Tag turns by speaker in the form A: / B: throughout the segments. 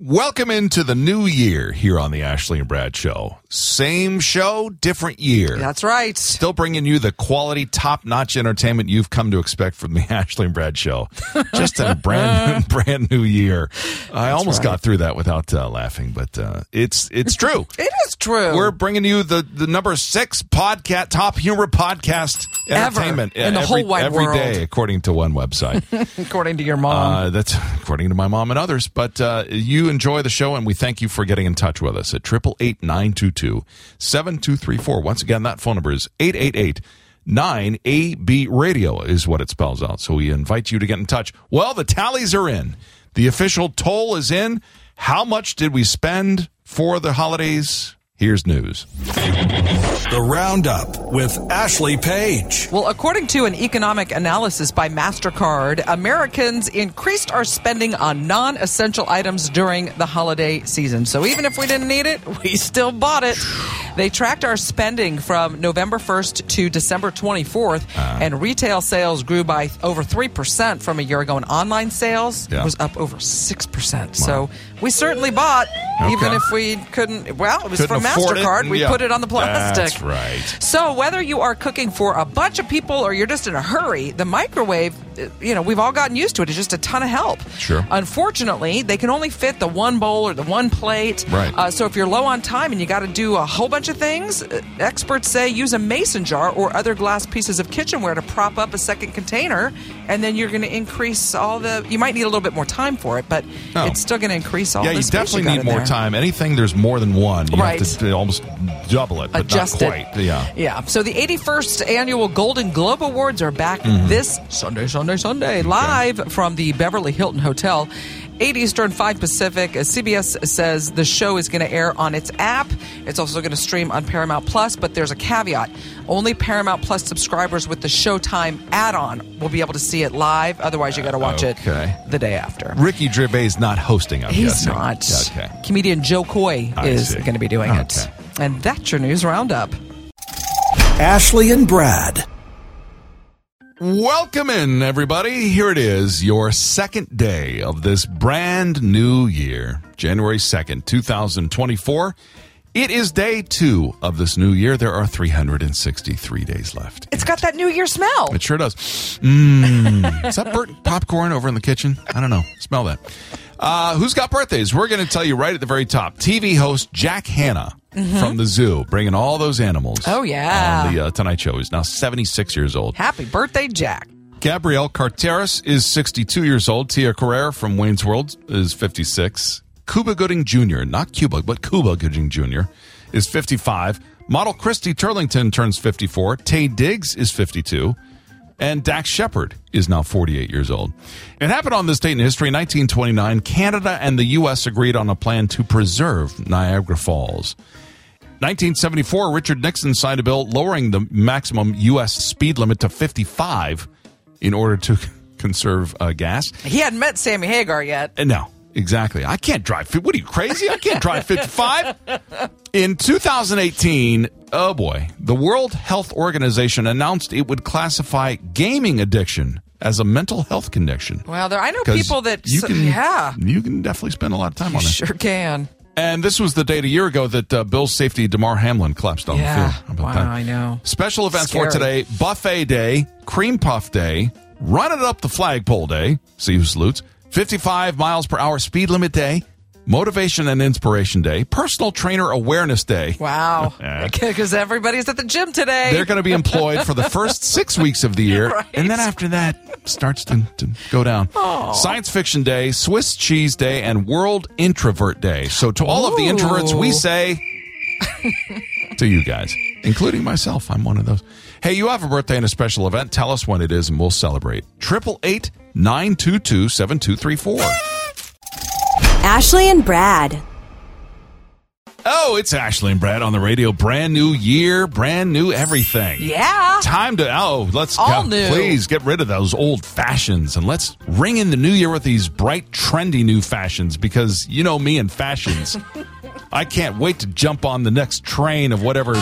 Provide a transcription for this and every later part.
A: Welcome into the new year here on the Ashley and Brad Show. Same show, different year.
B: That's right.
A: Still bringing you the quality, top notch entertainment you've come to expect from the Ashley and Brad Show. Just in a brand new, brand new year. I almost got through that without uh, laughing, but uh, it's it's true.
B: It is true.
A: We're bringing you the, the number six podcast, top humor podcast
B: Ever.
A: entertainment
B: In the
A: every-
B: whole wide
A: every
B: world.
A: day, according to one website.
B: according to your mom.
A: Uh, that's according to my mom and others. But uh, you enjoy the show, and we thank you for getting in touch with us at 888 922 7234. Once again, that phone number is 888 9AB Radio, is what it spells out. So we invite you to get in touch. Well, the tallies are in, the official toll is in. How much did we spend for the holidays? Here's news.
C: The Roundup with Ashley Page.
B: well, according to an economic analysis by MasterCard, Americans increased our spending on non essential items during the holiday season. So even if we didn't need it, we still bought it. They tracked our spending from November 1st to December 24th,
A: Uh-huh.
B: and retail sales grew by over 3% from a year ago, and online sales
A: Yeah.
B: was up over 6%. So we certainly bought, even
A: Okay.
B: if we couldn't, well, it was
A: Couldn't
B: from
A: afford it,
B: MasterCard. we
A: yeah.
B: put it on the plastic.
A: That's right.
B: So whether you are cooking for a bunch of people or you're just in a hurry, the microwave, uh, you know, we've all gotten used to it. It's just a ton of help.
A: Sure.
B: Unfortunately, they can only fit the one bowl or the one plate.
A: Right.
B: Uh, so if you're low on time and you got to do a whole bunch of things, uh, experts say use a mason jar or other glass pieces of kitchenware to prop up a second container, and then you're going to increase all the. You might need a little bit more time for it, but
A: Oh.
B: it's still going to increase all.
A: Yeah,
B: the
A: you
B: space got
A: definitely need
B: in
A: more
B: there.
A: time. Anything there's more than one, you
B: Right.
A: have to almost double it, but
B: adjust
A: not quite.
B: it.
A: Yeah.
B: Yeah. So the 81st annual Golden Globe Awards are back
A: Mm-hmm.
B: this Sunday, Sunday, Sunday, live from the Beverly Hilton Hotel. 8 Eastern, 5 Pacific. Uh, CBS says the show is going to air on its app. It's also going to stream on Paramount Plus, but there's a caveat. Only Paramount Plus subscribers with the Showtime add on will be able to see it live. Otherwise, you got to watch
A: Okay.
B: it the day after.
A: Ricky Gervais not hosting. I'm
B: He's
A: guessing.
B: not.
A: Okay.
B: Comedian Joe Coy
A: I
B: is
A: see.
B: going to be doing it.
A: Okay.
B: And that's your news roundup.
C: Ashley and Brad.
A: Welcome in, everybody. Here it is, your second day of this brand new year, January 2nd, 2024. It is day two of this new year. There are 363 days left.
B: It's got that New Year smell.
A: It sure does. Mm. Is that burnt popcorn over in the kitchen? I don't know. Smell that. Uh, who's got birthdays? We're going to tell you right at the very top. TV host Jack Hanna from the zoo, bringing all those animals.
B: Mm-hmm. Oh, yeah.
A: On the uh, Tonight Show. He's now 76 years old.
B: Happy birthday, Jack.
A: Gabrielle Carteris is 62 years old. Tia Carrere from Wayne's World is 56. Cuba Gooding Jr., not Cuba, but Cuba Gooding Jr., is 55. Model Christy Turlington turns 54. Tay Diggs is 52. And Dax Shepard is now 48 years old. It happened on this date in history, 1929. Canada and the U.S. agreed on a plan to preserve Niagara Falls. 1974, Richard Nixon signed a bill lowering the maximum U.S. speed limit to 55 in order to conserve uh, gas.
B: He hadn't met Sammy Hagar yet.
A: And no, exactly. I can't drive. fi- What are you crazy? I can't drive 55. In 2018, oh boy, the World Health Organization announced it would classify gaming addiction as a mental health condition.
B: Well, there I know
A: 'Cause
B: people that
A: you
B: so-
A: can,
B: yeah,
A: you can definitely spend a lot of time on it.
B: sure can.
A: And this was the date a year ago that uh, Bill's safety Damar Hamlin collapsed on
B: Yeah.
A: the field. How about
B: Wow,
A: that?
B: I know.
A: Special events for
B: Scary.
A: today: Buffet Day, Cream Puff Day, Run It Up the Flagpole Day. See who salutes. Fifty-five miles per hour speed limit day. Motivation and Inspiration Day, Personal Trainer Awareness Day.
B: Wow.
A: Yeah.
B: Because everybody's at the gym today.
A: They're going to be employed for the first six weeks of the year.
B: Right.
A: And then after that, starts to, to go down. Science Fiction Day, Swiss Cheese Day, and World Introvert Day. So to all of the introverts, we
B: Ooh.
A: say to you guys, including myself, I'm one of those. Hey, you have a birthday and a special event. Tell us when it is and we'll celebrate. 888 922 7234.
D: Ashley and Brad.
A: Oh, it's Ashley and Brad on the radio. Brand new year, brand new everything.
B: yeah.
A: Time to oh, let's
B: All
A: go.
B: new.
A: Please get rid of those old fashions and let's ring in the new year with these bright, trendy new fashions because you know me and fashions. I can't wait to jump on the next train of whatever's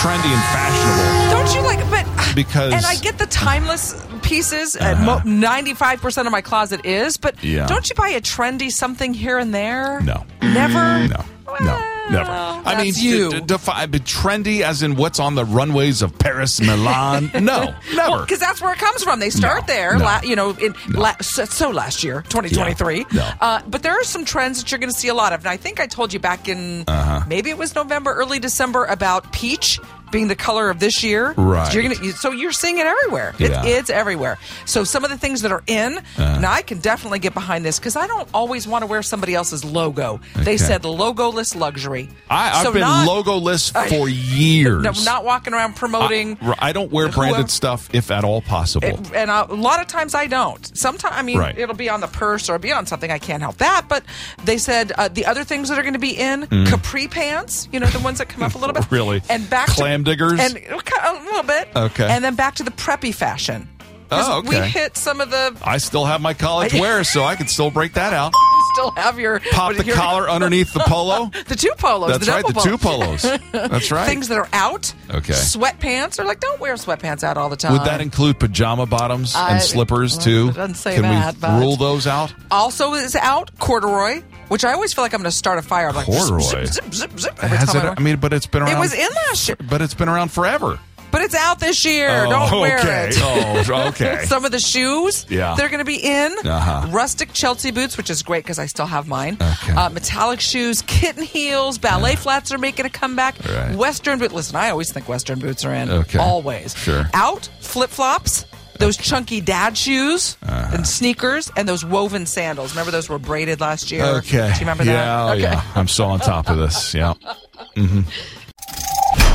A: trendy and fashionable
B: Don't you like? But
A: Because- Uh-huh.
B: and I get the timeless pieces, and mo- 95% of my closet is, but
A: Yeah.
B: don't you buy a trendy something here and there?
A: No.
B: Never?
A: No, no, never.
B: Well,
A: I mean,
B: that's you.
A: d- d- defi- but trendy as in what's on the runways of Paris, Milan. no, never.
B: Because that's where it comes from. They start
A: No,
B: there,
A: no,
B: la- you know, in la- so, so last year, 2023.
A: Yeah, no.
B: Uh, but there are some trends that you're going to see a lot of. And I think I told you back in
A: Uh-huh.
B: maybe it was November, early December about peach being the color of this year.
A: Right.
B: So you're, gonna, you- so you're seeing it everywhere.
A: Yeah. Uh-huh.
B: It, it's everywhere. So some of the things that are in, now I can definitely get behind this because I don't always want to wear somebody else's logo.
A: Okay.
B: They said logoless luxury.
A: I, I've
B: So
A: been
B: not-
A: logoless for years.
B: No, not walking around promoting.
A: I, I don't wear branded
B: whoever-
A: stuff if at all possible.
B: it- and a lot of times I don't. Sometimes I mean
A: Right.
B: it'll be on the purse or be on something. I can't help that. But they said uh, the other things that are going to be in capri pants. You know the ones that come up a little bit.
A: Mm. Really?
B: And back
A: Clam
B: to,
A: diggers?
B: and uh, a little bit.
A: Okay.
B: And then back to the preppy fashion. 'Cause
A: Oh, okay.
B: We hit some of the.
A: I still have my college wear, so I can still break that out.
B: Still have your
A: Pop the
B: your-
A: collar underneath the polo.
B: The two polos.
A: That's
B: the
A: right, the
B: double
A: two
B: polo.
A: polos. That's right.
B: Things that are out.
A: Okay.
B: Sweatpants are like don't wear sweatpants out all the time.
A: Would that include pajama bottoms
B: I-
A: and slippers
B: well,
A: too?
B: it doesn't say
A: Can we
B: that, but-
A: rule those out?
B: also is out corduroy, which I always feel like I'm going to start a fire. I'm like, zip,
A: Corduroy?
B: zip, zip, zip, zip, every
A: Has
B: time
A: it?
B: I wear-
A: I mean, but it's been around.
B: it was in last year,
A: but it's been around forever.
B: but it's out this year. Don't wear
A: Oh, okay.
B: it.
A: Oh, okay.
B: Some of the shoes
A: Yeah.
B: they're going to be in
A: Uh-huh.
B: rustic Chelsea boots, which is great because I still have mine.
A: Okay.
B: Uh, metallic shoes, kitten heels, ballet flats are making a comeback.
A: Right.
B: Western boot. Listen, I always think Western boots are in.
A: Okay.
B: Always.
A: Sure.
B: Out flip flops. Those chunky dad shoes
A: Uh-huh.
B: and sneakers and those woven sandals. Remember those were braided last year?
A: okay.
B: Do you remember
A: yeah,
B: that?
A: oh, yeah. I'm so on top of this. Yeah.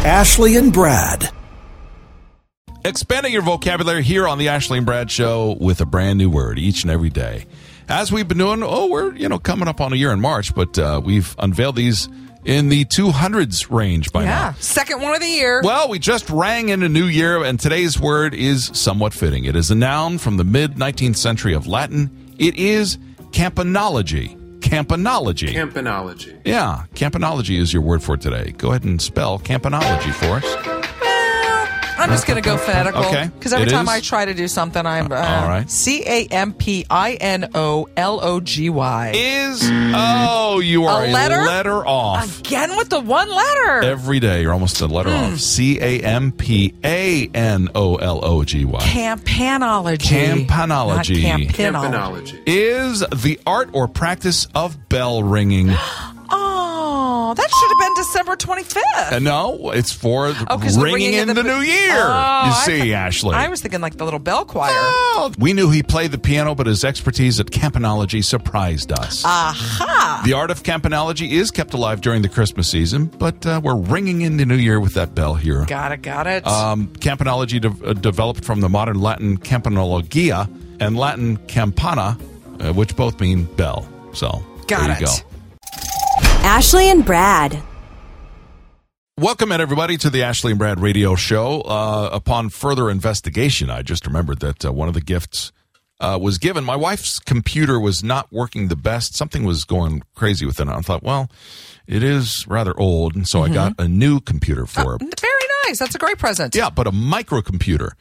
C: Ashley and Brad.
A: Expanding your vocabulary here on the Ashley and Brad Show with a brand new word each and every day. As we've been doing, oh, we're you know coming up on a year in March, but uh, we've unveiled these in the 200s range by now.
B: Yeah. Second one of the year.
A: Well, we just rang in a new year, and today's word is somewhat fitting. It is a noun from the mid 19th century of Latin. It is campanology. Campanology.
E: Campanology.
A: yeah, campanology is your word for today. Go ahead and spell campanology for us.
B: I'm just going to go phonetical.
A: Okay.
B: Because every
A: It
B: time
A: is?
B: I try to do something, I'm. Uh,
A: all right.
B: C A M P I N O L O G Y.
A: Is oh, you are a letter,
B: Mm. letter?
A: off.
B: Again with the one letter.
A: Every day, you're almost a letter
B: Hmm.
A: off. C A M P A N O L O G Y.
B: Campanology.
A: Campanology.
B: Not campanology.
E: Campanology.
A: Is the art or practice of bell ringing.
B: Oh, that should have been December 25th.
A: Uh, no, it's for th-
B: Oh, 'cause
A: ringing,
B: the ringing
A: in
B: of
A: the,
B: the-
A: new year.
B: Oh,
A: you
B: I
A: see,
B: thought-
A: Ashley.
B: I was thinking like the little bell choir.
A: Oh, we knew he played the piano, but his expertise at campanology surprised us. Aha! The art of campanology is kept alive during the Christmas season, but uh, we're ringing in the new year with that bell here.
B: Got it, got it.
A: Um, campanology de- uh, developed from the modern Latin campanologia and Latin campana, uh, which both mean bell. So
B: Got
A: there you
B: it.
A: go.
D: Ashley and Brad.
A: Welcome, in, everybody, to the Ashley and Brad Radio Show. Uh, upon further investigation, I just remembered that uh, one of the gifts uh, was given. My wife's computer was not working the best. Something was going crazy with it. And I thought, well, it is rather old. And so
B: Mm-hmm.
A: I got a new computer for
B: Oh,
A: her.
B: Very nice. That's a great present.
A: Yeah, but a microcomputer.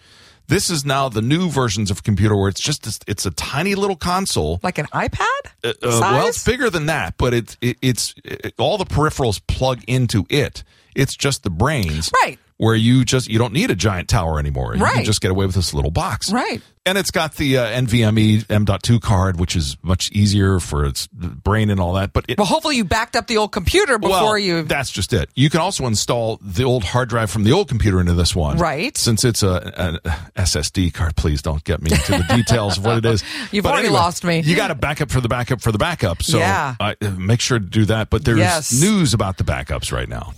A: This is now the new versions of computer where it's just this, it's a tiny little console.
B: Like an iPad?
A: Uh, uh,
B: size?
A: well, it's bigger than that, but it's it, it's it, all the peripherals plug into it. It's just the brains,
B: Right.
A: Where you just you don't need a giant tower anymore. You can
B: Right.
A: just get away with this little box,
B: Right.
A: And it's got the uh, NVMe M.2 card, which is much easier for its brain and all that. But it,
B: Well, hopefully you backed up the old computer before
A: well,
B: you.
A: That's just it. You can also install the old hard drive from the old computer into this one.
B: Right.
A: Since it's a, a SSD card, please don't get me into the details of what it is.
B: You've already lost me.
A: You got a backup for the backup for the backup. So
B: Yeah.
A: I, make sure to do that. But there's
B: Yes.
A: news about the backups right now.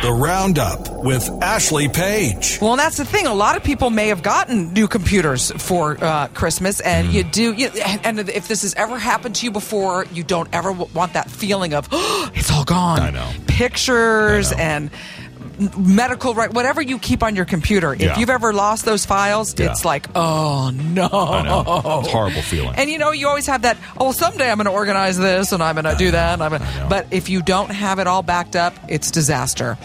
C: The Roundup with Ashley Page.
B: Well, that's the thing. A lot of people may have gotten new computers for uh, Christmas, and
A: Mm.
B: you do. You, and, and if this has ever happened to you before, you don't ever w- want that feeling of oh, it's all gone.
A: I know.
B: Pictures
A: I know.
B: and m- medical right whatever you keep on your computer if
A: Yeah.
B: you've ever lost those files
A: Yeah.
B: it's like oh no
A: I know. It's a horrible feeling.
B: and you know you always have that oh well, someday i'm gonna organize this and i'm gonna do that and i'm
A: I know.
B: gonna but if you don't have it all backed up it's disaster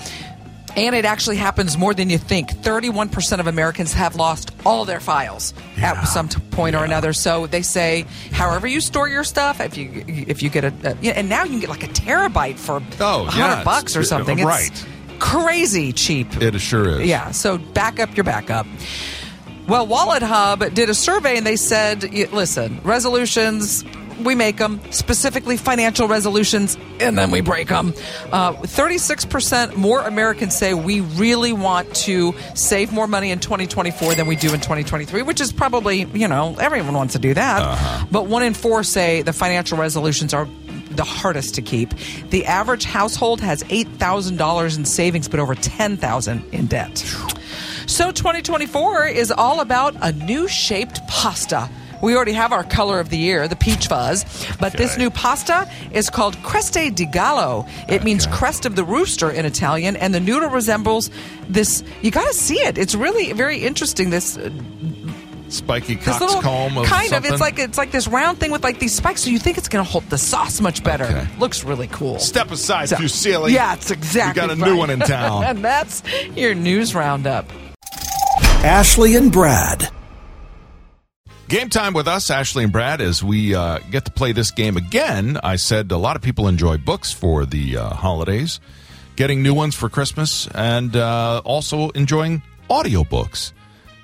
B: And it actually happens more than you think. 31% of Americans have lost all their files at some t- point or another. So they say, however you store your stuff, if you if you get a, a yeah, and now you can get like a terabyte for
A: Oh,
B: 100
A: yeah, it's-
B: bucks or something. It's
A: right.
B: crazy cheap.
A: It sure is.
B: Yeah, so back up your backup. Well, Wallet Hub did a survey and they said, y- listen, resolutions, we make them, specifically financial resolutions, and then we break them. Uh, 36% more Americans say we really want to save more money in 2024 than we do in 2023, which is probably, you know, everyone wants to do that. But one in four say the financial resolutions are the hardest to keep. The average household has $8,000 in savings, but over 10,000 in debt. So 2024 is all about a new shaped pasta. We already have our color of the year, the peach fuzz, but this new pasta is called Creste di Gallo. It means crest of the rooster in Italian, and the noodle resembles this. You got to see it. It's really very interesting. This
A: Spiky
B: this little
A: coxcomb of
B: kind of
A: something.
B: it's like it's like this round thing with like these spikes so you think it's going to hold the sauce much better
A: Okay.
B: looks really cool
A: Step aside,
B: So-
A: you silly.
B: yeah it's exactly
A: We got a
B: right.
A: new one in town.
B: and that's your news roundup
C: Ashley and Brad.
A: game time with us, Ashley and Brad, as we uh, get to play this game again. I said a lot of people enjoy books for the uh, holidays, getting new ones for Christmas, and uh, also enjoying audiobooks.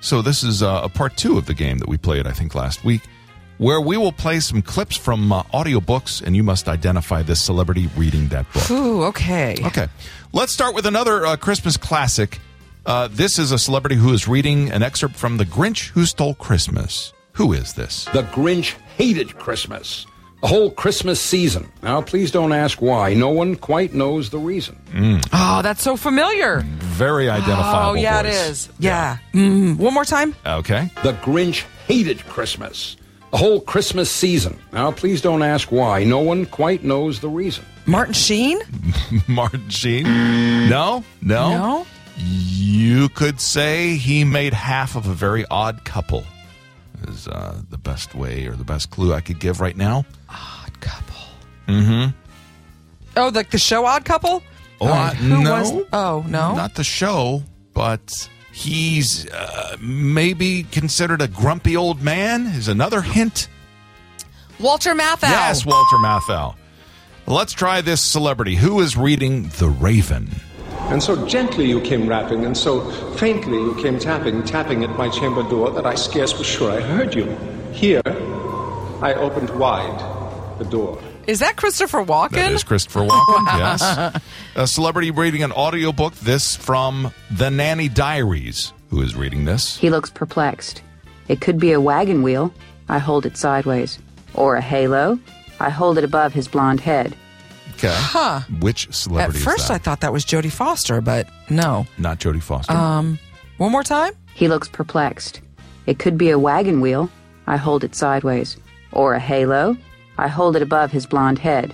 A: So this is uh, a part two of the game that we played, I think, last week, where we will play some clips from uh, audiobooks, and you must identify this celebrity reading that book.
B: ooh okay
A: Okay. Let's start with another uh, Christmas classic. Uh, this is a celebrity who is reading an excerpt from The Grinch Who Stole Christmas. Who is this?
E: The Grinch hated Christmas. The whole Christmas season. Now, please don't ask why. No one quite knows the reason.
B: oh that's so familiar
A: Very identifiable.
B: oh yeah
A: voice.
B: it is yeah, Mm, one more time
A: Okay.
E: The Grinch hated Christmas. The whole Christmas season. Now, please don't ask why. No one quite knows the reason.
B: martin sheen
A: Martin Sheen. No, no.
B: No?
A: You could say he made half of a very odd couple, is uh, the best way or the best clue I could give right now.
B: odd couple mm-hmm oh like the show odd couple
A: Oh,
B: All
A: I-
B: right, Uh, who
A: no.
B: was oh no
A: Not the show, but he's uh, maybe considered a grumpy old man, is another hint.
B: walter matthau
A: Yes, Walter Matthau. Let's try this celebrity. Who is reading The Raven?
F: And so gently you came rapping, and so faintly you came tapping, tapping at my chamber door that I scarce was sure I heard you. Here, I opened wide the door.
B: is that christopher walken
A: That is Christopher Walken. Yes. A celebrity reading an audiobook. This from The Nanny Diaries. Who is reading this?
G: He looks perplexed. It could be a wagon wheel. I hold it sideways. Or a halo. I hold it above his blonde head.
A: Okay. Huh. Which
B: At
A: celebrity is
B: first,
A: that?
B: I thought that was Jodie Foster, but no.
A: Not Jodie Foster.
B: Um, One more time?
G: He looks perplexed. It could be a wagon wheel. I hold it sideways. Or a halo. I hold it above his blonde head.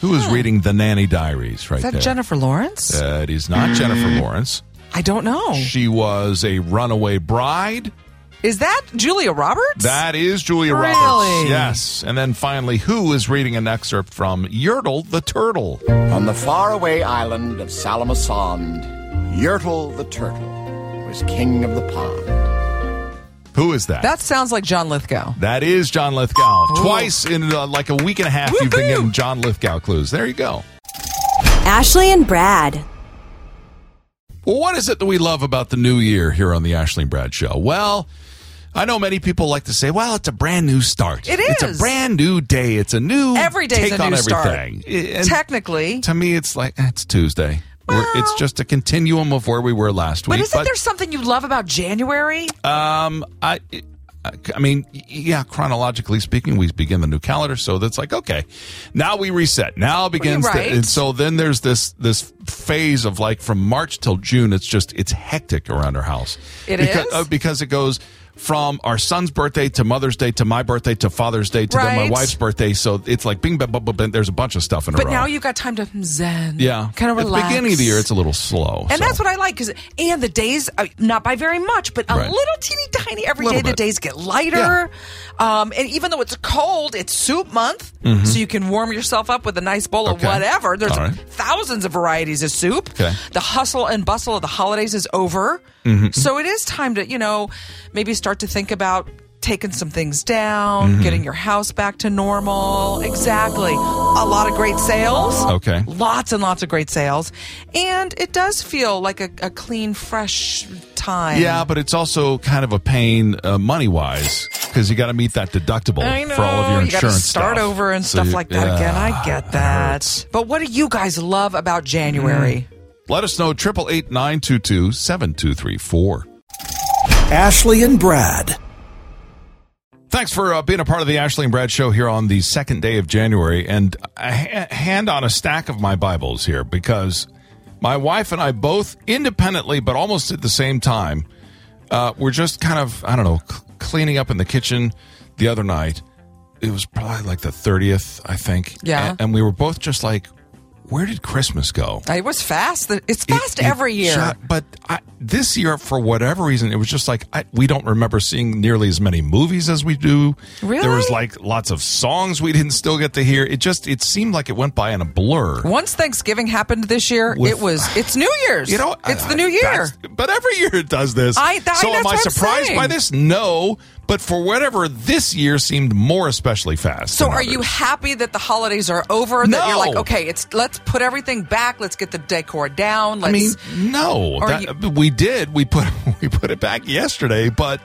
A: Who is reading The Nanny Diaries right
B: hmm. Is that
A: there?
B: Jennifer Lawrence?
A: Uh, it is not Jennifer Lawrence.
B: I don't know.
A: She was a runaway bride.
B: Is that Julia Roberts?
A: That is Julia
B: Really?
A: Roberts. Yes. And then finally, who is reading an excerpt from Yertle the Turtle?
H: On the faraway island of Salamosand, Yertle the turtle was king of the pond.
A: Who is that?
B: that sounds like John Lithgow.
A: that is John Lithgow. Twice in uh, like a week and a half, you've been
B: Oh. Woohoo!
A: getting John Lithgow clues. There you go.
D: Ashley and Brad.
A: Well, what is it that we love about the new year here on the Ashley and Brad Show? Well, I know many people like to say, well, it's a brand new start.
B: It
A: It's a
B: is.
A: brand new day. It's a new
B: Every day's
A: take
B: a new
A: on everything.
B: start.
A: I- and
B: Technically.
A: To me, it's like, eh, it's Tuesday. We're it's
B: Well-
A: just a continuum of where we were last
B: But
A: week.
B: isn't there something you love about January?
A: Um, I, I I mean, y- yeah, chronologically speaking, we begin the new calendar, so that's like okay, now we reset. Now begins,
B: Right.
A: the, and so then there's this this phase of like from March till June. It's just it's hectic around our house. It
B: It
A: is because,
B: is?
A: uh, because it goes from our son's birthday to Mother's Day to my birthday to Father's Day to then my
B: Right.
A: wife's birthday. So it's like bing, bing, bing, bing, bing. There's a bunch of stuff in a
B: But
A: row.
B: now you've got time to zen.
A: yeah,
B: Kind of
A: At the
B: relax.
A: beginning of the year, it's a little slow.
B: And
A: so.
B: that's what I like because, and the days, uh, not by very much, but a
A: Right.
B: little teeny tiny every
A: Little
B: day. The
A: bit.
B: days get lighter, um, and even though it's cold, it's soup month, so you can warm yourself up with a nice bowl
A: Mm-hmm. Okay.
B: of whatever. There's
A: All right.
B: thousands of varieties of soup.
A: Okay. Mm-hmm.
B: The hustle and bustle of the holidays is over, so it is time to you know maybe start to think about. Taking some things down,
A: Mm-hmm.
B: getting your house back to normal. Exactly. A lot of great sales
A: Okay.
B: lots and lots of great sales, and it does feel like a, a clean, fresh time.
A: Yeah, but it's also kind of a pain uh, money wise because you got to meet that deductible
B: I know.
A: for all of your
B: you gotta
A: insurance.
B: start
A: stuff.
B: over and
A: So
B: stuff
A: you-
B: like that
A: yeah,
B: again. I get that. But what do you guys love about January?
A: Let us know triple eight nine two two seven two three four.
C: Ashley and Brad.
A: Thanks for uh, being a part of the Ashley and Brad show here on the second day of January. And I ha- hand on a stack of my Bibles here because my wife and I both independently, but almost at the same time, uh, were just kind of, I don't know, c- cleaning up in the kitchen the other night. It was probably like the 30th, I think.
B: Yeah.
A: And, and we were both just like, where did Christmas go?
B: It was fast. It's
A: It-
B: fast
A: it
B: every year.
A: ju- but I, this year, for whatever reason, it was just like I, we don't remember seeing nearly as many movies as we do. There was
B: Really?
A: like lots of songs we didn't still get to hear. It just it seemed like it went by in a blur.
B: Once Thanksgiving happened this year,
A: With-
B: it was it's New Year's.
A: You know,
B: it's
A: I-
B: the new year.
A: that's- But every year it does this.
B: I- th- I-
A: so am
B: that's
A: I
B: what I'm
A: surprised by
B: saying.
A: this? No, but for whatever this year seemed more especially fast.
B: So
A: than
B: are you
A: others.
B: happy that the holidays are over? That you're like,
A: No.
B: okay, it's let's put everything back. Let's get the decor down.
A: I
B: Let's
A: mean, no,
B: Or
A: that, we did. We put we put it back yesterday, but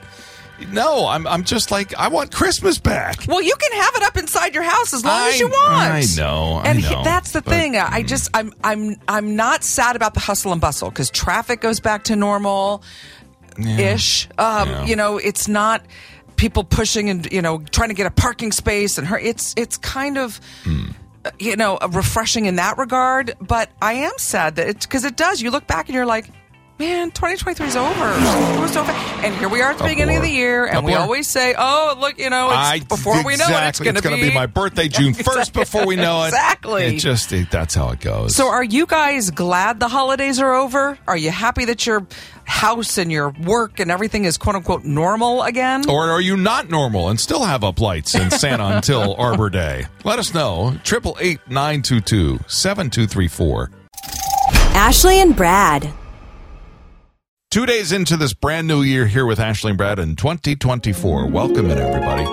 A: no, I'm I'm just like I want Christmas back.
B: Well, you can have it up inside your house as long
A: I-
B: as you want.
A: I know, I
B: and
A: know,
B: that's the
A: but- mm.
B: thing. I I just I'm I'm I'm not sad about the hustle and bustle because traffic goes back to normal, ish. Um,
A: Yeah.
B: You know, it's not people pushing and you know trying to get a parking space and her. It's it's kind of.
A: Mm.
B: uh, You know, uh, refreshing in that regard, but I am sad that it's because it does. You look back and you're like, man, 2023 is over. It was so fast. And here we are at the
A: A
B: beginning of
A: blur.
B: the year,
A: A
B: and we
A: blur.
B: always say, oh, look, you know, it's- before we know it, it's
A: exactly.
B: going to
A: gonna be my birthday, June first. Before we know it,
B: Exactly.
A: It just it, that's how it goes.
B: So, are you guys glad the holidays are over? Are you happy that your house and your work and everything is quote unquote normal again?
A: or are Oh, you not normal and still have up lights in Santa until Arbor Day? Let us know. Triple eight nine two two seven two three four.
D: Ashley and Brad.
A: Two days into this brand new year here with Ashley and Brad in 2024. Welcome in, everybody.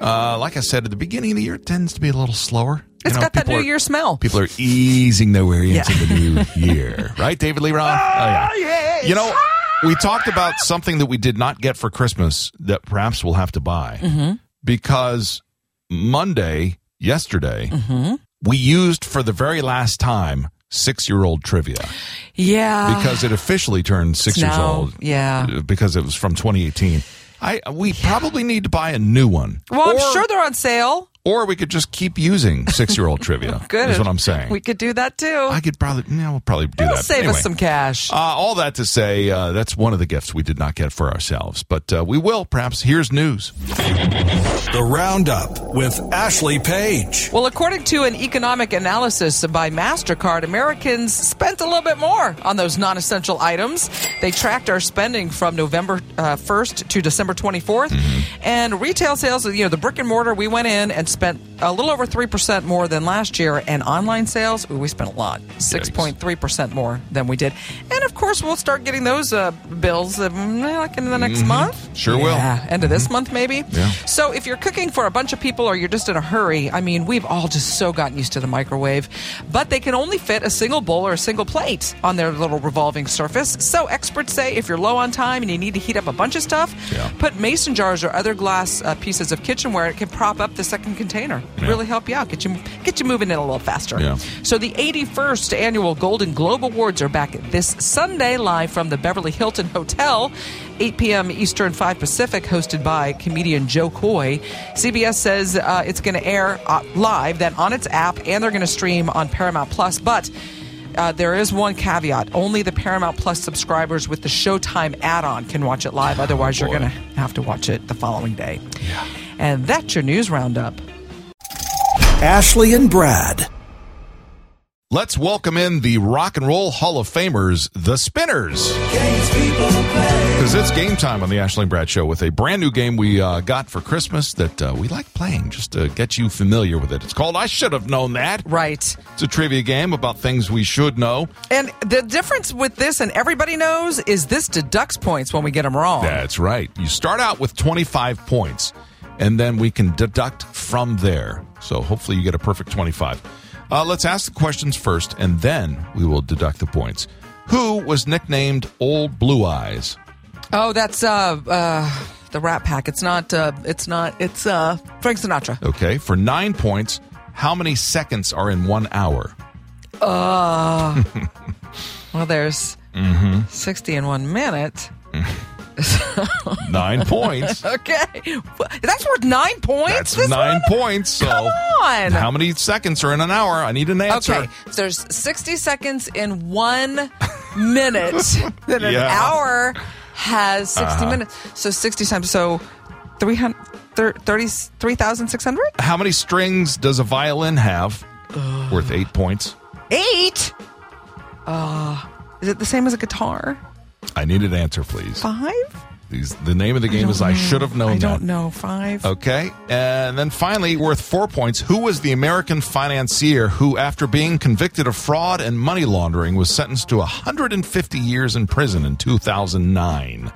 A: Uh, like I said, at the beginning of the year, it tends to be a little slower. It's
B: It's got that New Year smell.
A: People are easing their way into the new year, right, David Lee Roth? Oh, yeah. You know,
B: Ah!
A: we talked about something that we did not get for Christmas that perhaps we'll have to buy
B: Mm-hmm.
A: because Monday, yesterday,
B: Mm-hmm.
A: we used for the very last time six-year-old trivia
B: yeah.
A: because it officially turned six years
B: now,
A: old.
B: Ah. yeah.
A: uh, because it was from 2018. I we probably need to buy a new one.
B: well,
A: or,
B: I'm sure they're on sale.
A: or we could just keep using six-year-old trivia.
B: Good.
A: is what I'm saying.
B: We could do that too.
A: I could probably yeah, we'll probably do
B: It'll
A: that.
B: save
A: Anyway,
B: us some cash.
A: Uh, all that to say, uh, that's one of the gifts we did not get for ourselves, but uh, we will perhaps. Here's news.
C: The Roundup with Ashley Page.
B: Well, according to an economic analysis by MasterCard, Americans spent a little bit more on those non essential items. They tracked our spending from November uh, 1st to December 24th.
A: Mm-hmm.
B: And retail sales, you know, the brick and mortar, we went in and spent a little over 3% more than last year. And online sales, ooh, we spent a lot 6.3% more than we did. And of course, we'll start getting those uh, bills uh, like in the next month.
A: Mm-hmm. Sure will.
B: Yeah, end of this month maybe.
A: Yeah.
B: So if you're cooking for a bunch of people or you're just in a hurry, I mean, we've all just so gotten used to the microwave, but they can only fit a single bowl or a single plate on their little revolving surface. So experts say if you're low on time and you need to heat up a bunch of stuff,
A: Yeah.
B: put mason jars or other glass uh, pieces of kitchenware. It can prop up the second container.
A: Yeah.
B: Really help you out. Get you get you moving in a little faster.
A: Yeah.
B: So the 81st annual Golden Globe Awards are back this Sunday, live from the Beverly Hilton Hotel, 8 p.m. Eastern, 5 Pacific, hosted by comedian Joe Coy. CBS says uh, it's going to air uh, live, then on its app, and they're going to stream on Paramount Plus. But Uh, there is one caveat: only the Paramount Plus subscribers with the Showtime add-on can watch it live. Otherwise, you're
A: Oh, boy.
B: going to have to watch it the following day. And that's your news roundup.
C: Ashley and Brad.
A: Let's welcome in the Rock and Roll Hall of Famers, the Spinners. Because it's game time on the Ashley and Brad Show with a brand new game we uh, got for Christmas that uh, we like playing just to get you familiar with it. It's called I Should Have Known That.
B: Right.
A: It's a trivia game about things we should know.
B: And the difference with this and everybody knows is this deducts points when we get them wrong.
A: That's right. You start out with 25 points, and then we can deduct from there. So hopefully you get a perfect 25. Uh, let's ask the questions first, and then we will deduct the points. Who was nicknamed Old Blue Eyes?
B: Oh, that's uh, uh, the Rat Pack. It's not. Uh, it's not. It's uh, Frank Sinatra.
A: Okay, for nine points, how many seconds are in one hour?
B: Well, there's
A: Mm-hmm.
B: sixty in one minute.
A: Nine points.
B: Okay, that's worth nine points.
A: That's
B: this
A: nine
B: one?
A: points. So
B: Come on.
A: How many seconds are in an hour? I need an answer.
B: Okay, so there's sixty seconds in one minute. then an
A: Yeah. Uh-huh.
B: hour has 60 minutes. So sixty times so three hundred thirty three thousand six hundred
A: How many strings does a violin have? Worth eight points.
B: eight. Uh, is it the same as a guitar?
A: I need an answer, please.
B: Five.
A: These, the name of the game is I Should Have Known
B: I don't
A: That.
B: know. Five.
A: Okay. And then finally, worth four points, who was the American financier who, after being convicted of fraud and money laundering, was sentenced to 150 years in prison in 2009?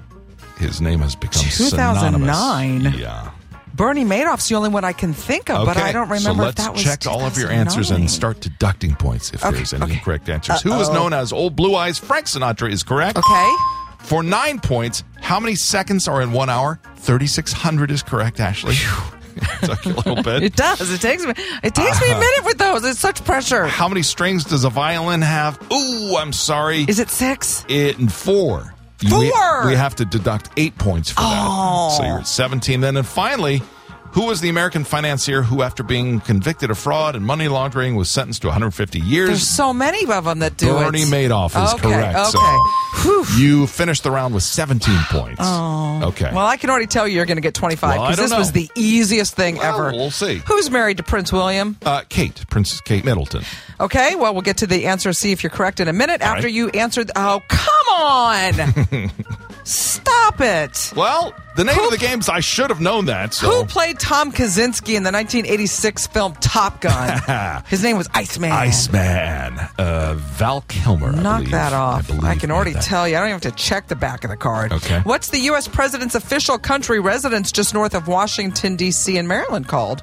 A: His name has become
B: 2009?
A: synonymous. Yeah.
B: Bernie Madoff's the only one I can think of, but I don't
A: so
B: remember if
A: let's
B: that was
A: check all of your answers
B: 2009.
A: and start deducting points if
B: Okay,
A: there's any
B: okay.
A: incorrect answers. Who is
B: Uh-oh.
A: known as Old Blue Eyes? Frank Sinatra is correct.
B: Okay.
A: For nine points, how many seconds are in one hour? 3,600 is correct, Ashley. it Uh-huh. took you a little
B: It
A: bit.
B: does. It takes me. It takes me a minute with those. It's such pressure.
A: How many strings does a violin have? Ooh, I'm sorry.
B: Is it six?
A: It and four. You- we-
B: Four! Oh.
A: We, have to deduct eight points for that. So you're at 17. Then, and finally, who was the American financier who, after being convicted of fraud and money laundering, was sentenced to 150 years?
B: There's so many of them that do
A: Bernie
B: it.
A: Madoff is
B: okay,
A: correct.
B: Okay.
A: So you finished the round with 17 points. Oh. Okay.
B: Well, I can already tell you you're going to get 25
A: Well, I don't
B: because this was
A: know.
B: the easiest thing
A: Well,
B: ever.
A: we'll see.
B: Who's married to Prince William?
A: uh, Kate, Princess Kate Middleton.
B: Okay, well, we'll get to the answer, see if you're correct in a minute.
A: All
B: After
A: right.
B: you answer, th- oh, come on! Stop it!
A: Well, the name
B: Who-
A: of the game's I should have known that. So.
B: Who played Tom Kaczynski in the 1986 film Top Gun? His name was Iceman.
A: Iceman, uh, Val Kilmer. I
B: Knock
A: believe.
B: that off.
A: believe
B: I, can
A: made
B: already
A: that.
B: tell you. I don't even have to check the back of the card.
A: Okay.
B: What's the U.S. president's official country residence just north of Washington, D.C. and Maryland called?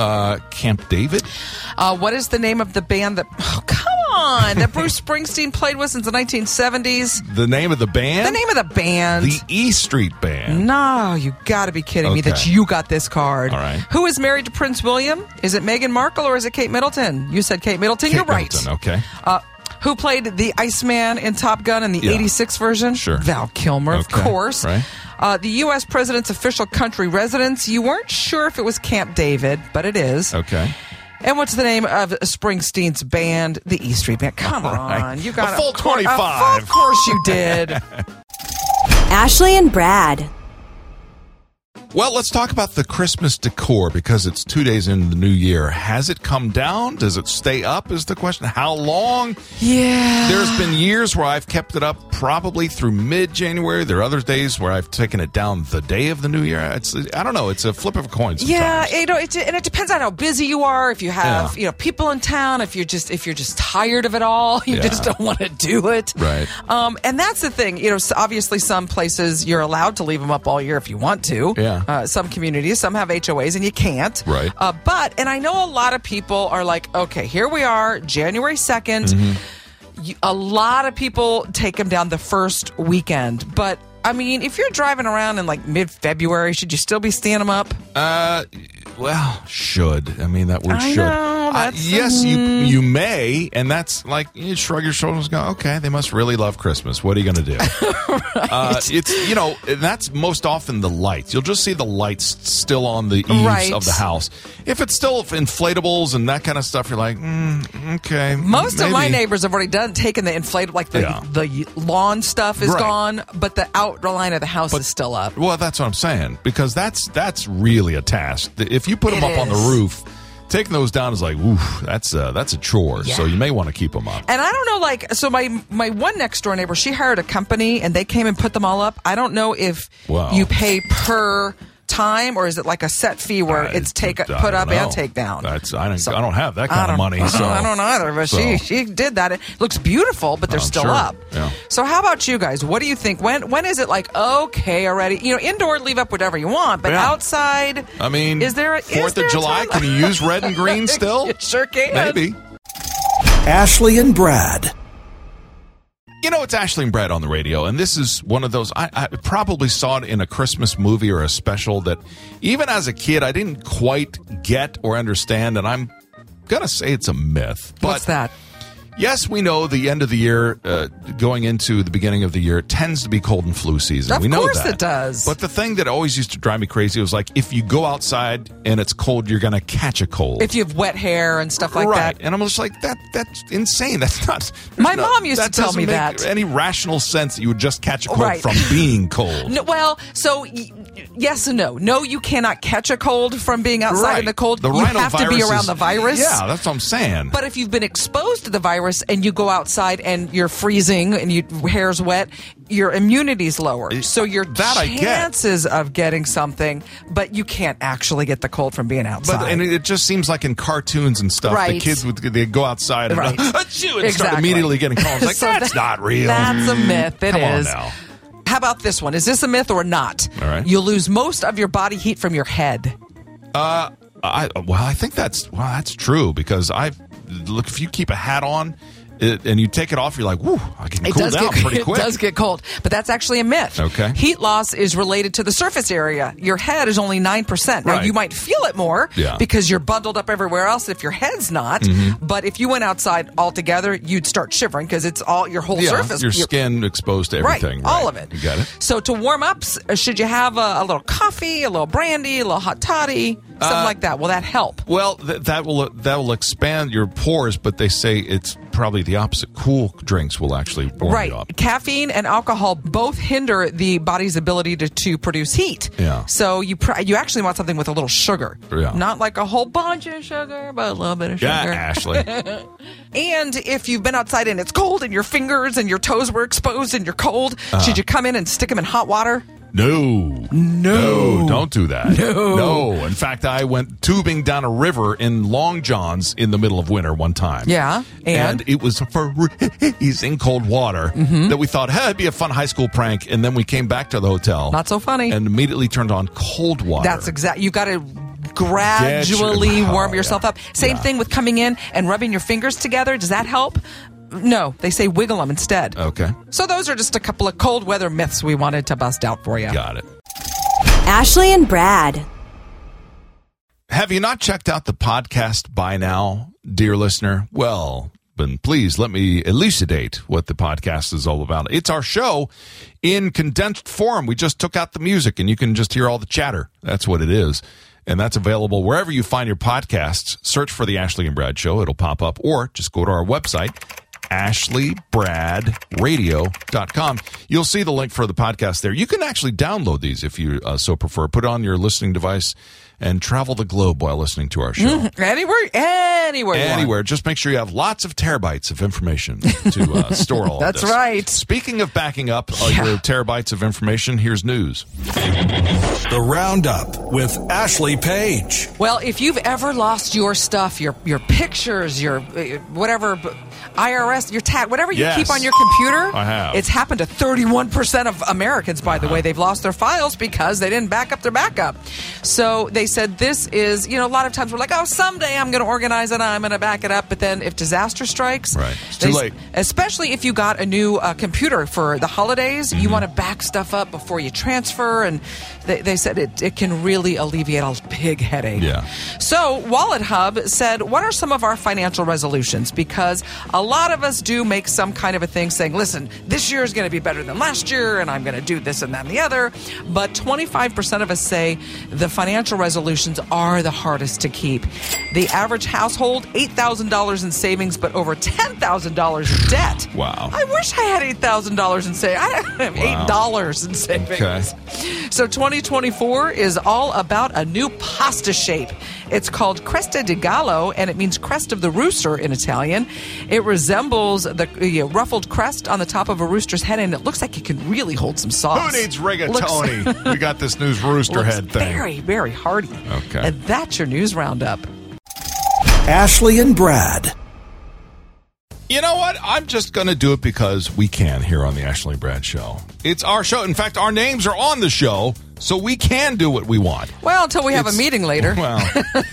A: Uh, Camp David.
B: Uh, what is the name of the band that, oh, come on, that Bruce Springsteen played with since the 1970s?
A: The name of the band.
B: The name of the band.
A: the E Street Band.
B: No, you got to be kidding me
A: Okay.
B: that you got this card.
A: All right.
B: Who is married to Prince William? Is it Meghan Markle or is it Kate Middleton? You said Kate Middleton.
A: Kate
B: You're right.
A: Middleton, okay.
B: Uh, who played the Iceman in Top Gun in the
A: Yeah.
B: 86 version?
A: Sure.
B: Val Kilmer, of
A: Okay,
B: course.
A: right.
B: Uh, the U.S. president's official country residence. You weren't sure if it was Camp David, but it is.
A: Okay.
B: And what's the name of Springsteen's band, the E Street Band? Come
A: right.
B: on. You got
A: A full
B: of cour- a
A: 25.
B: full- Of course you did.
D: Ashley and Brad.
A: Well, let's talk about the Christmas decor because it's two days into the new year. Has it come down? Does it stay up? Is the question. How long?
B: yeah.
A: There's been years where I've kept it up probably through mid January. There are other days where I've taken it down the day of the new year. It's I don't know. It's a flip of a coin.
B: Yeah,
A: sometimes.
B: you know, it, and it depends on how busy you are. If you have,
A: Yeah.
B: you know, people in town. If you're just if you're just tired of it all, you
A: Yeah.
B: just don't want to do it.
A: Right.
B: Um, and that's the thing. You know, so obviously some places you're allowed to leave them up all year if you want to.
A: Yeah.
B: Uh, some communities, some have HOAs, and you can't.
A: Right.
B: Uh, but and I know a lot of people are like, okay, here we are, January 2nd
A: Mm-hmm.
B: you- a lot of people take them down the first weekend, but I mean, if you're driving around in like mid February, should you still be standing them up?
A: Uh, well, should I mean that word
B: I
A: should?
B: know,
A: I-
B: that's- hmm.
A: yes, you you may, and that's like you shrug your shoulders. and Go, okay, they must really love Christmas. What are you going to do? uh, it's you know and that's most often the lights. You'll just see the lights still on the eaves
B: Right.
A: of the house. If it's still inflatables and that kind of stuff, you're like, mm, okay.
B: Most of my
A: maybe.
B: neighbors have already done taken the inflatable, like the
A: Yeah.
B: the lawn stuff is
A: Right.
B: gone, but the outer line of the house is still up.
A: Well, that's what I'm saying because that's that's really a task. If you put them
B: It
A: up on the
B: is.
A: roof, taking those down is like, oof, that's a, that's a chore. So
B: Yeah.
A: you may want to keep them up.
B: And I don't know, like, so my my one next door neighbor, she hired a company and they came and put them all up. I don't know if
A: Wow.
B: you pay per time or is it like a set fee where
A: I-
B: it's take
A: I
B: put up
A: don't
B: and
A: know.
B: take down.
A: That's I don't
B: So-
A: I don't have that
B: I
A: kind of
B: don't-
A: money. So
B: I don't either, but she
A: so-
B: she did that. It looks beautiful, but they're
A: I'm
B: still
A: sure.
B: up.
A: Yeah.
B: So how about you guys? What do you think? When when is it like okay already? You know, indoor leave up whatever you want, but
A: Yeah.
B: outside,
A: I mean,
B: is there a, is
A: Fourth
B: there
A: of
B: a
A: July?
B: time-
A: Can you use red and green still?
B: You sure can.
A: Maybe.
C: Ashley and Brad.
A: You know, it's Ashley and Brad on the radio, and this is one of those. I, I probably saw it in a Christmas movie or a special that even as a kid, I didn't quite get or understand, and I'm going to say it's a myth. But
B: What's that?
A: Yes, we know the end of the year, uh, going into the beginning of the year, tends to be cold and flu season.
B: Of
A: we know
B: course
A: that.
B: it does.
A: But the thing that always used to drive me crazy was like, if you go outside and it's cold, you're going to catch a cold.
B: If you have wet hair and stuff like
A: right.
B: that.
A: And I'm just like, that. that's insane. That's not.
B: My
A: no-
B: mom used
A: that
B: to tell
A: doesn't
B: me
A: make
B: that.
A: Any rational sense that you would just catch a cold
B: Right.
A: from being cold.
B: No, well, so y- yes and no. No, you cannot catch a cold from being outside
A: Right.
B: in the cold.
A: The
B: you have to be
A: rhinovirus
B: around
A: is-
B: the virus.
A: Yeah, that's what I'm saying.
B: But if you've been exposed to the virus and you go outside and you're freezing and your hair's wet, your immunity's lower. So your
A: that I get.
B: chances of getting something, but you can't actually get the cold from being outside.
A: But and it just seems like in cartoons and stuff, the
B: Right.
A: kids would they go outside and,
B: Right.
A: "Achoo," and start
B: Exactly.
A: immediately getting calls like
B: So
A: that's
B: that-
A: not real.
B: That's a myth. It is.
A: Come on now.
B: How about this one? Is this a myth or not?
A: All right.
B: You lose most of your body heat from your head.
A: I well, I think that's well, that's true because I look if you keep a hat on it, and you take it off, you're like, woo, I can cool down pretty
B: it
A: quick.
B: does get cold, but that's actually a myth.
A: Okay.
B: Heat loss is related to the surface area. Your head is only 9%. Now,
A: Right.
B: you might feel it more
A: Yeah. Mm-hmm.
B: because you're bundled up everywhere else if your head's not. But if you went outside altogether, you'd start shivering because it's all your whole
A: yeah,
B: surface.
A: your
B: your-
A: skin exposed to everything,
B: Right, all of it.
A: You got it.
B: So to warm up, s- uh, should you have a, a little coffee, a little brandy, a little hot toddy, something
A: Uh,
B: like that? Will that help?
A: Well, th- that will that will expand your pores, but they say it's probably the opposite. Cool drinks will actually warm
B: Right.
A: you up.
B: Caffeine and alcohol both hinder the body's ability to, to produce heat.
A: Yeah.
B: So you pr- you actually want something with a little sugar.
A: Yeah.
B: Not like a whole bunch of sugar, but a little bit of sugar.
A: Yeah, Ashley.
B: And if you've been outside and it's cold and your fingers and your toes were exposed and you're cold,
A: Uh-huh.
B: should you come in and stick them in hot water?
A: No. No. Don't do that. No. No. In fact, I went tubing down a river in Long John's in the middle of winter one time.
B: Yeah,
A: And,
B: and? Mm-hmm.
A: it was freezing cold water that we thought, hey, it'd be a fun high school prank. And then we came back to the hotel.
B: Not so funny.
A: And immediately turned on cold water.
B: That's exact. You've got to gradually
A: Get-
B: warm
A: oh,
B: yourself
A: yeah.
B: up. Same
A: Yeah.
B: thing with coming in and rubbing your fingers together. Does that help? No, they say wiggle them instead.
A: Okay.
B: So those are just a couple of cold weather myths we wanted to bust out for you.
A: Got it.
D: Ashley and Brad.
A: Have you not checked out the podcast by now, dear listener? Well, then please let me elucidate what the podcast is all about. It's our show in condensed form. We just took out the music and you can just hear all the chatter. That's what it is. And that's available wherever you find your podcasts. Search for The Ashley and Brad Show, it'll pop up, or just go to our website, ashleybradradio.com. You'll see the link for the podcast there. You can actually download these if you uh, so prefer. Put it on your listening device and travel the globe while listening to our show.
B: Anywhere, anywhere, you want.
A: Anywhere, just make sure you have lots of terabytes of information to uh, store all of
B: That's
A: this.
B: right.
A: Speaking of backing up uh, your terabytes of information, here's news.
C: The Roundup with Ashley Page.
B: Well, if you've ever lost your stuff, your your pictures, your uh, whatever b- IRS, your tax, whatever you
A: Yes.
B: keep on your computer,
A: I have. Uh-huh.
B: It's happened to 31% of Americans by the way. They've lost their files because they didn't back up their backup. So they they said this is, you know, a lot of times we're like, oh, someday I'm going to organize it, I'm going to back it up. But then if disaster strikes,
A: Right. It's too
B: they-
A: late.
B: Especially if you got a new uh, computer for the holidays, you want to back stuff up before you transfer. And they, they said it, it can really alleviate a big headache.
A: Yeah.
B: So, Wallet Hub said, What are some of our financial resolutions? Because a lot of us do make some kind of a thing saying, Listen, this year is going to be better than last year, and I'm going to do this and that and the other. But 25% of us say the financial resolutions are the hardest to keep. The average household, $8,000 in savings, but over $10,000 in debt.
A: Wow.
B: I wish I had $8,000 in savings. I have
A: Wow.
B: $8 in savings.
A: Okay.
B: So 2024 is all about a new pasta shape. It's called Cresta di Gallo, and it means crest of the rooster in Italian. It resembles the you know, ruffled crest on the top of a rooster's head, and it looks like it can really hold some
A: Who
B: sauce.
A: needs
B: Looks-
A: rigatoni? we got this news rooster
B: looks
A: head thing.
B: Very, very hearty.
A: Okay.
B: And that's your news roundup.
C: Ashley and Brad.
A: You know what? I'm just going to do it because we can here on the Ashley Brad Show. It's our show. In fact, our names are on the show, so we can do what we want.
B: Well, until we have
A: It's-
B: a meeting later.
A: Well,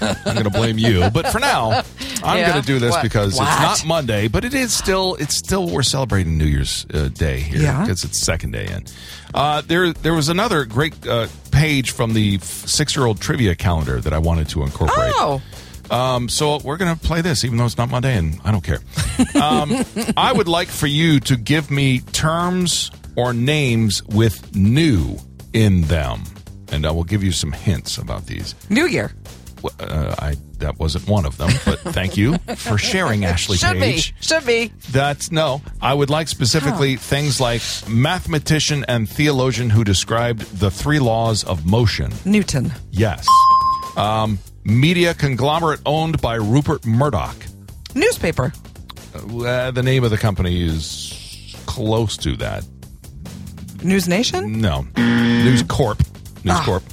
A: I'm going to blame you, but for now, I'm
B: Yeah.
A: going to do this
B: What?
A: because
B: What?
A: it's not Monday, but it is still it's still we're celebrating New Year's uh, Day here
B: Yeah.
A: because it's second day in. Uh, there there was another great uh, page from the six year old trivia calendar that I wanted to incorporate.
B: Oh.
A: Um, so we're going to play this, even though it's not Monday, and I don't care. Um, I would like for you to give me terms or names with "new" in them, and I will give you some hints about these.
B: New Year.
A: Well, uh, I that wasn't one of them, but thank you for sharing, Ashley
B: Should
A: Page.
B: be. Should be.
A: That's no. I would like specifically things like mathematician and theologian who described the three laws of motion.
B: Newton.
A: Yes. Um, media conglomerate owned by Rupert Murdoch.
B: Newspaper.
A: Uh, the name of the company is close to that.
B: News Nation.
A: No. News Corp. News
B: Ah.
A: Corp.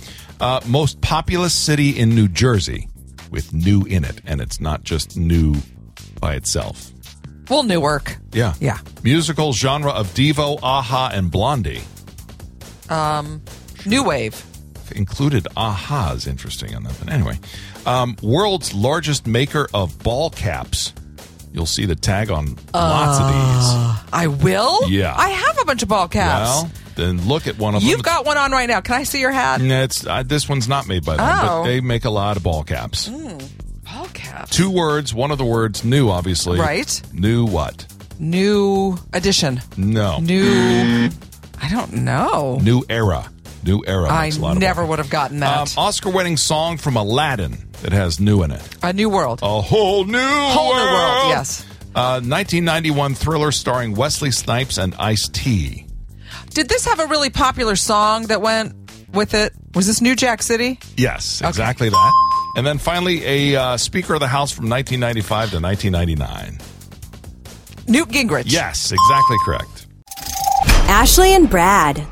A: Uh, most populous city in New Jersey with new in it. And it's not just new by itself.
B: Well, Newark.
A: Yeah.
B: Yeah.
A: Musical genre of Devo, Aha, and Blondie.
B: New Wave.
A: Included Aha is interesting on that. But anyway, um, world's largest maker of ball caps. You'll see the tag on lots of these.
B: I will?
A: Yeah.
B: I have a bunch of ball Uh, caps.
A: Well, then look at one of them.
B: You've got one on right now. Can I see your hat?
A: No, it's, uh, this one's not made by them, but
B: Oh.
A: they make a lot of ball caps.
B: Ball cap.
A: Two words. One of the words, new, obviously.
B: Right.
A: New what?
B: New edition.
A: No. Mm.
B: New. I don't know.
A: New era. New era.
B: I
A: makes Mm. a lot of
B: never
A: money.
B: would have gotten
A: Um,
B: that.
A: Oscar winning song from Aladdin that has new in it.
B: a new world.
A: uh, A whole new
B: Whole
A: world.
B: new world. Yes.
A: Uh, 1991 thriller starring Wesley Snipes and Ice T.
B: Did this have a really popular song that went with it? Was this New Jack City?
A: Yes, exactly that. And then finally, a uh, Speaker of the House from 1995 to 1999.
B: Newt Gingrich.
A: Yes, exactly correct.
D: Ashley and Brad.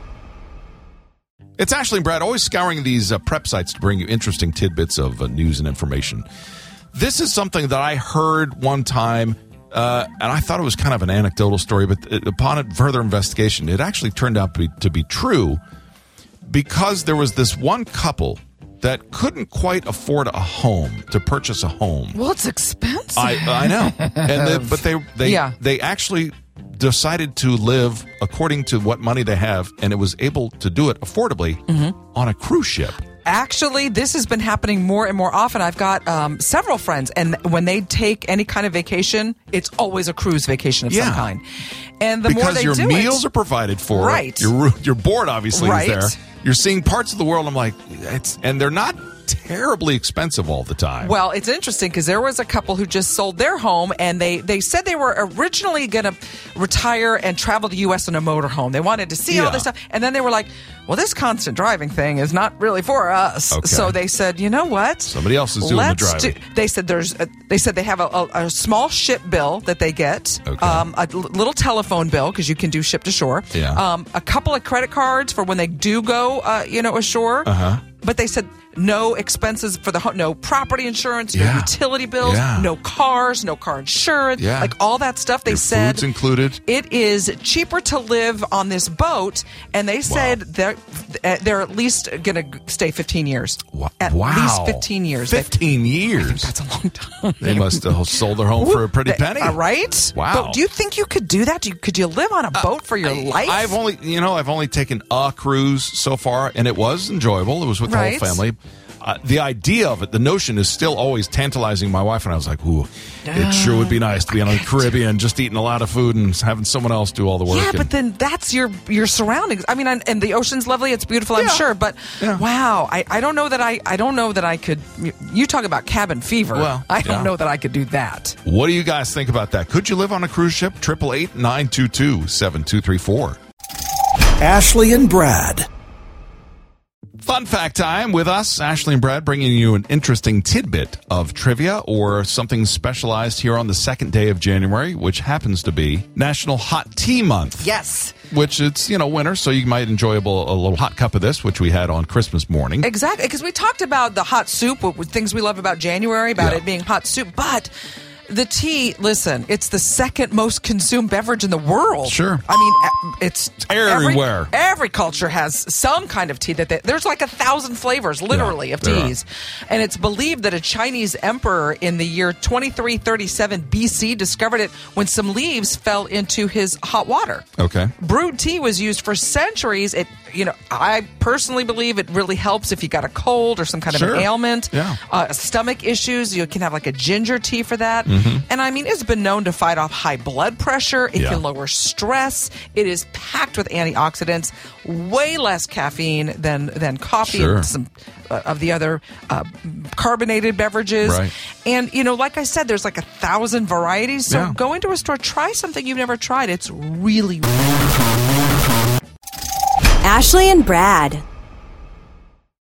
A: It's Ashley and Brad, always scouring these uh, prep sites to bring you interesting tidbits of uh, news and information. This is something that I heard one time, uh, and I thought it was kind of an anecdotal story, but uh, upon further investigation, it actually turned out to be, to be true because there was this one couple that couldn't quite afford a home to purchase a home.
B: Well, it's expensive.
A: I I know, and they, but they they
B: Yeah.
A: they actually decided to live according to what money they have, and it was able to do it affordably
B: Mm-hmm.
A: on a cruise ship.
B: Actually, this has been happening more and more often. I've got um, several friends, and when they take any kind of vacation, it's always a cruise vacation of
A: Yeah.
B: some kind. And the more
A: because
B: they
A: your
B: do
A: meals
B: it,
A: are provided for,
B: Right.
A: Your roo- your board obviously
B: Right.
A: is there. You're seeing parts of the world. I'm like, it's and they're not terribly expensive all the time.
B: Well, it's interesting because there was a couple who just sold their home, and they they said they were originally going to retire and travel the U.S. in a motorhome. They wanted to see
A: Yeah.
B: all this stuff, and then they were like, "Well, this constant driving thing is not really for us."
A: Okay.
B: So they said, "You know what?
A: Somebody else is doing the
B: Let's
A: driving."
B: do- they said there's a, they said they have a, a, a small ship bill that they get,
A: Okay.
B: um, a l- little telephone bill because you can do ship to shore,
A: Yeah.
B: um, a couple of credit cards for when they do go, uh, you know, ashore. Uh-huh. But they said no expenses for the home, no property insurance, no
A: Yeah.
B: utility bills,
A: Yeah.
B: no cars, no car insurance,
A: Yeah.
B: like all that stuff. They
A: Your
B: said
A: food's included.
B: It is cheaper to live on this boat, and they said they're they're at least going to stay 15 years.
A: Wa-
B: At
A: wow.
B: least 15 years. They-
A: 15 years.
B: that's a long time.
A: they must have sold their home for a pretty
B: They-
A: penny.
B: uh, right?
A: Wow. Uh,
B: But do you think you could do that? Do you, could you live on a boat for your life?
A: I've only, you know, I've only taken a cruise so far, and it was enjoyable. It was with
B: Right.
A: the whole family. Uh, the idea of it, the notion, is still always tantalizing my wife, and I was like, "Ooh,
B: Ah.
A: it sure would be nice to be on the Caribbean, just eating a lot of food and having someone else do all the work."
B: yeah,
A: and-
B: but then that's your your surroundings. I mean, and, and the ocean's lovely; it's beautiful, I'm
A: Yeah.
B: sure. But
A: Yeah.
B: wow, I, I don't know that I I don't know that I could. You talk about cabin fever.
A: Well,
B: I don't
A: yeah.
B: know that I could do that.
A: what do you guys think about that? Could you live on a cruise ship? Triple eight nine two two seven two three four.
C: Ashley and Brad.
A: Fun fact time with us, Ashley and Brad, bringing you an interesting tidbit of trivia or something specialized here on the second day of January, which happens to be National Hot Tea Month.
B: Yes,
A: Which it's, you know, winter, so you might enjoyable a little hot cup of this, which we had on Christmas morning.
B: exactly. Because we talked about the hot soup, what, what things we love about January, about
A: Yeah.
B: it being hot soup, but. The tea, listen, it's the second most consumed beverage in the world.
A: Sure.
B: I mean, e- it's every-
A: Everywhere.
B: Every, culture has some kind of tea that they, there's like a thousand flavors, literally,
A: Yeah,
B: of
A: there are.
B: teas. And it's believed that a Chinese emperor in the year 2337 BC discovered it when some leaves fell into his hot water.
A: Okay.
B: Brewed tea was used for centuries. It, you know, I personally believe it really helps if you got a cold or some kind
A: Sure.
B: of an ailment,
A: Yeah.
B: uh, stomach issues. You can have like a ginger tea for that. And I mean, it's been known to fight off high blood pressure. It
A: Mm-hmm. Yeah.
B: can lower stress. It is packed with antioxidants, way less caffeine than than coffee
A: Sure.
B: and some uh, of the other uh, carbonated beverages.
A: Right.
B: And you know, like I said, there's like a thousand varieties. So
A: Yeah.
B: go into a store, try something you've never tried. It's really
D: Ashley and Brad.